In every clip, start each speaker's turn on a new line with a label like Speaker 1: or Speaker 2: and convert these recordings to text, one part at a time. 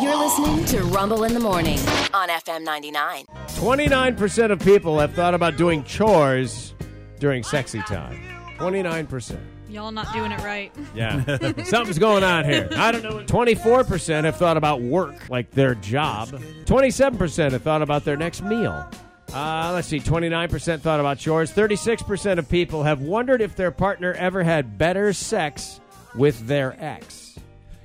Speaker 1: You're listening to Rumble in the Morning on FM 99.
Speaker 2: 29% of people have thought about doing chores during sexy time. 29%.
Speaker 3: Y'all not doing it right.
Speaker 2: Yeah. Something's going on here. I don't know. 24% have thought about work, like their job. 27% have thought about their next meal. Uh, let's see, 29% thought about chores. 36% of people have wondered if their partner ever had better sex with their ex.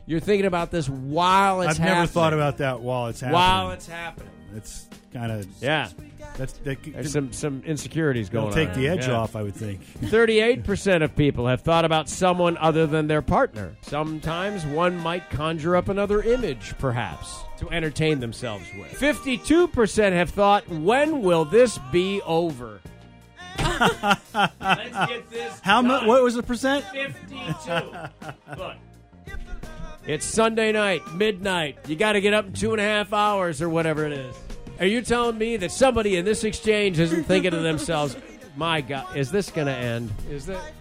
Speaker 2: You're thinking about this while it's
Speaker 4: I've
Speaker 2: happening.
Speaker 4: never thought about that while it's happening.
Speaker 2: While it's happening.
Speaker 4: it's kind of
Speaker 2: Yeah.
Speaker 4: That's that, could-
Speaker 2: There's some, some insecurities going
Speaker 4: it'll
Speaker 2: on.
Speaker 4: take the
Speaker 2: there.
Speaker 4: edge
Speaker 2: Yeah.
Speaker 4: off. I would think.
Speaker 2: 38% of people have thought about someone other than their partner. Sometimes one might conjure up another image, perhaps, to entertain themselves with. 52% have thought, when will this be over? Let's get this.
Speaker 4: How much?
Speaker 2: done.
Speaker 4: What was the percent?
Speaker 2: 52. Look. It's Sunday night, midnight. You got to get up in two and a half hours or whatever it is. Are you telling me that somebody in this exchange isn't thinking to themselves, my God, is this going to end? Is that.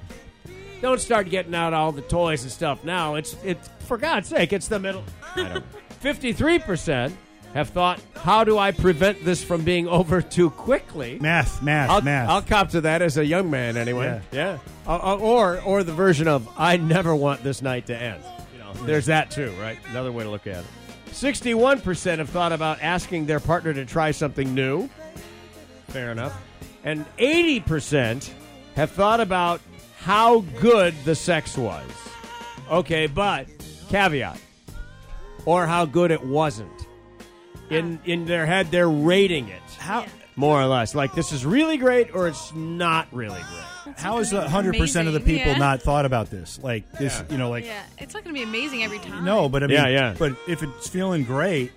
Speaker 2: Don't start getting out all the toys and stuff now. It's, it's for God's sake, it's the middle. I don't know. 53% have thought, how do I prevent this from being over too quickly?
Speaker 4: Math, math,
Speaker 2: I'll,
Speaker 4: math.
Speaker 2: I'll cop to that as a young man anyway. Yeah. Uh, uh, or or the version of I never want this night to end. You know, there's that too, right? Another way to look at it. 61% have thought about asking their partner to try something new. Fair enough. And 80% have thought about how good the sex was. Okay, but caveat. Or how good it wasn't. In in their head they're rating it
Speaker 4: how
Speaker 2: more or less. Like this is really great or it's not really great.
Speaker 4: how is hundred percent of the
Speaker 3: Amazing.
Speaker 4: people
Speaker 3: Yeah.
Speaker 4: not thought about this? Like this, you know, like
Speaker 3: Yeah, it's not going to be amazing every time.
Speaker 4: no, but I mean,
Speaker 2: Yeah, yeah.
Speaker 4: But if it's feeling great,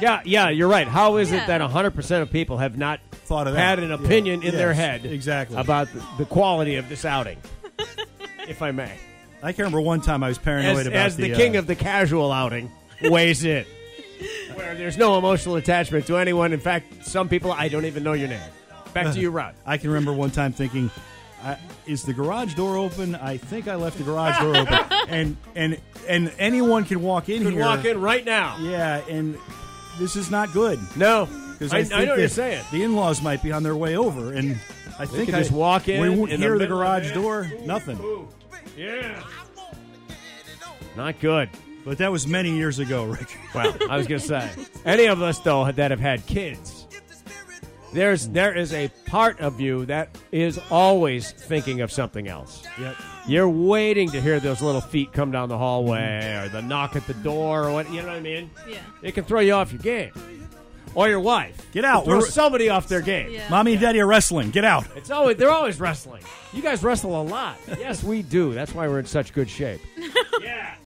Speaker 2: Yeah, yeah, you're right. How is it
Speaker 3: Yeah.
Speaker 2: that 100% of people have not
Speaker 4: Thought of that.
Speaker 2: had an
Speaker 4: Yeah.
Speaker 2: opinion in their
Speaker 4: Yes,
Speaker 2: head
Speaker 4: exactly.
Speaker 2: about the, the quality of this outing? if I may.
Speaker 4: I can remember one time I was paranoid
Speaker 2: As,
Speaker 4: about
Speaker 2: as the,
Speaker 4: the
Speaker 2: king
Speaker 4: uh,
Speaker 2: of the casual outing weighs in. Where there's no emotional attachment to anyone. In fact, some people I don't even know your name. Back to you, Rod.
Speaker 4: I can remember one time thinking, I, "Is the garage door open? I think I left the garage door open." And and and anyone can walk in
Speaker 2: You could
Speaker 4: here.
Speaker 2: walk in right now.
Speaker 4: Yeah, and this is not good
Speaker 2: No.
Speaker 4: because
Speaker 2: I, I,
Speaker 4: think
Speaker 2: know what
Speaker 4: that
Speaker 2: you're saying.
Speaker 4: The in-laws might be on their way over, and I think
Speaker 2: could
Speaker 4: I
Speaker 2: just walk in
Speaker 4: We
Speaker 2: in
Speaker 4: won't
Speaker 2: the
Speaker 4: hear the,
Speaker 2: middle of
Speaker 4: garage
Speaker 2: it.
Speaker 4: door. Nothing.
Speaker 2: Yeah. Not good.
Speaker 4: But that was many years ago, Rick.
Speaker 2: Well, I was going to say, any of us though that have had kids, there's there is a part of you that is always thinking of something else.
Speaker 4: Yep.
Speaker 2: You're waiting to hear those little feet come down the hallway or the knock at the door or what you know what I mean.
Speaker 3: Yeah.
Speaker 2: It can throw you off your game, or your wife.
Speaker 4: Get out.
Speaker 2: Throw
Speaker 4: We're-
Speaker 2: somebody off their game.
Speaker 3: Yeah.
Speaker 4: Mommy and Daddy are wrestling. Get out.
Speaker 2: It's always they're always wrestling. You guys wrestle a lot. Yes, we do. That's why we're in such good shape.